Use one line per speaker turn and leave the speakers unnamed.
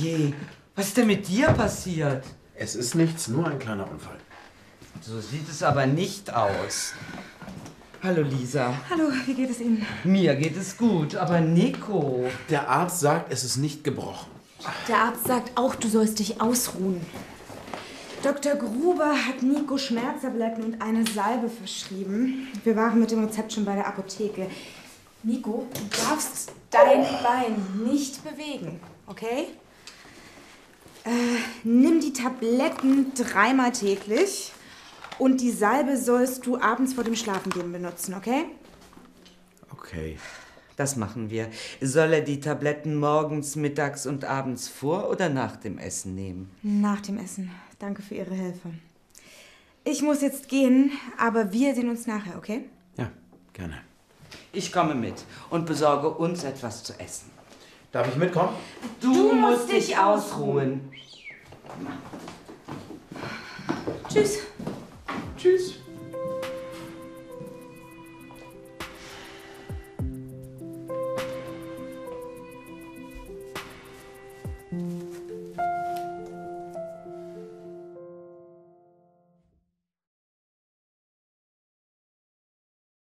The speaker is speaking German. je. Was ist denn mit dir passiert?
Es ist nichts, nur ein kleiner Unfall.
So sieht es aber nicht aus. Hallo Lisa.
Hallo, wie geht es Ihnen?
Mir geht es gut, aber Nico.
Der Arzt sagt, es ist nicht gebrochen.
Der Arzt sagt auch, du sollst dich ausruhen. Dr. Gruber hat Nico Schmerztabletten und eine Salbe verschrieben. Wir waren mit dem Rezept schon bei der Apotheke. Nico, du darfst dein Bein nicht bewegen, okay? Äh, nimm die Tabletten dreimal täglich und die Salbe sollst du abends vor dem Schlafengehen benutzen, okay?
Okay.
Das machen wir. Soll er die Tabletten morgens, mittags und abends vor oder nach dem Essen nehmen?
Nach dem Essen. Danke für Ihre Hilfe. Ich muss jetzt gehen, aber wir sehen uns nachher, okay?
Ja, gerne.
Ich komme mit und besorge uns etwas zu essen.
Darf ich mitkommen?
Du, musst dich ausruhen.
Tschüss.
Tschüss.
Thank you.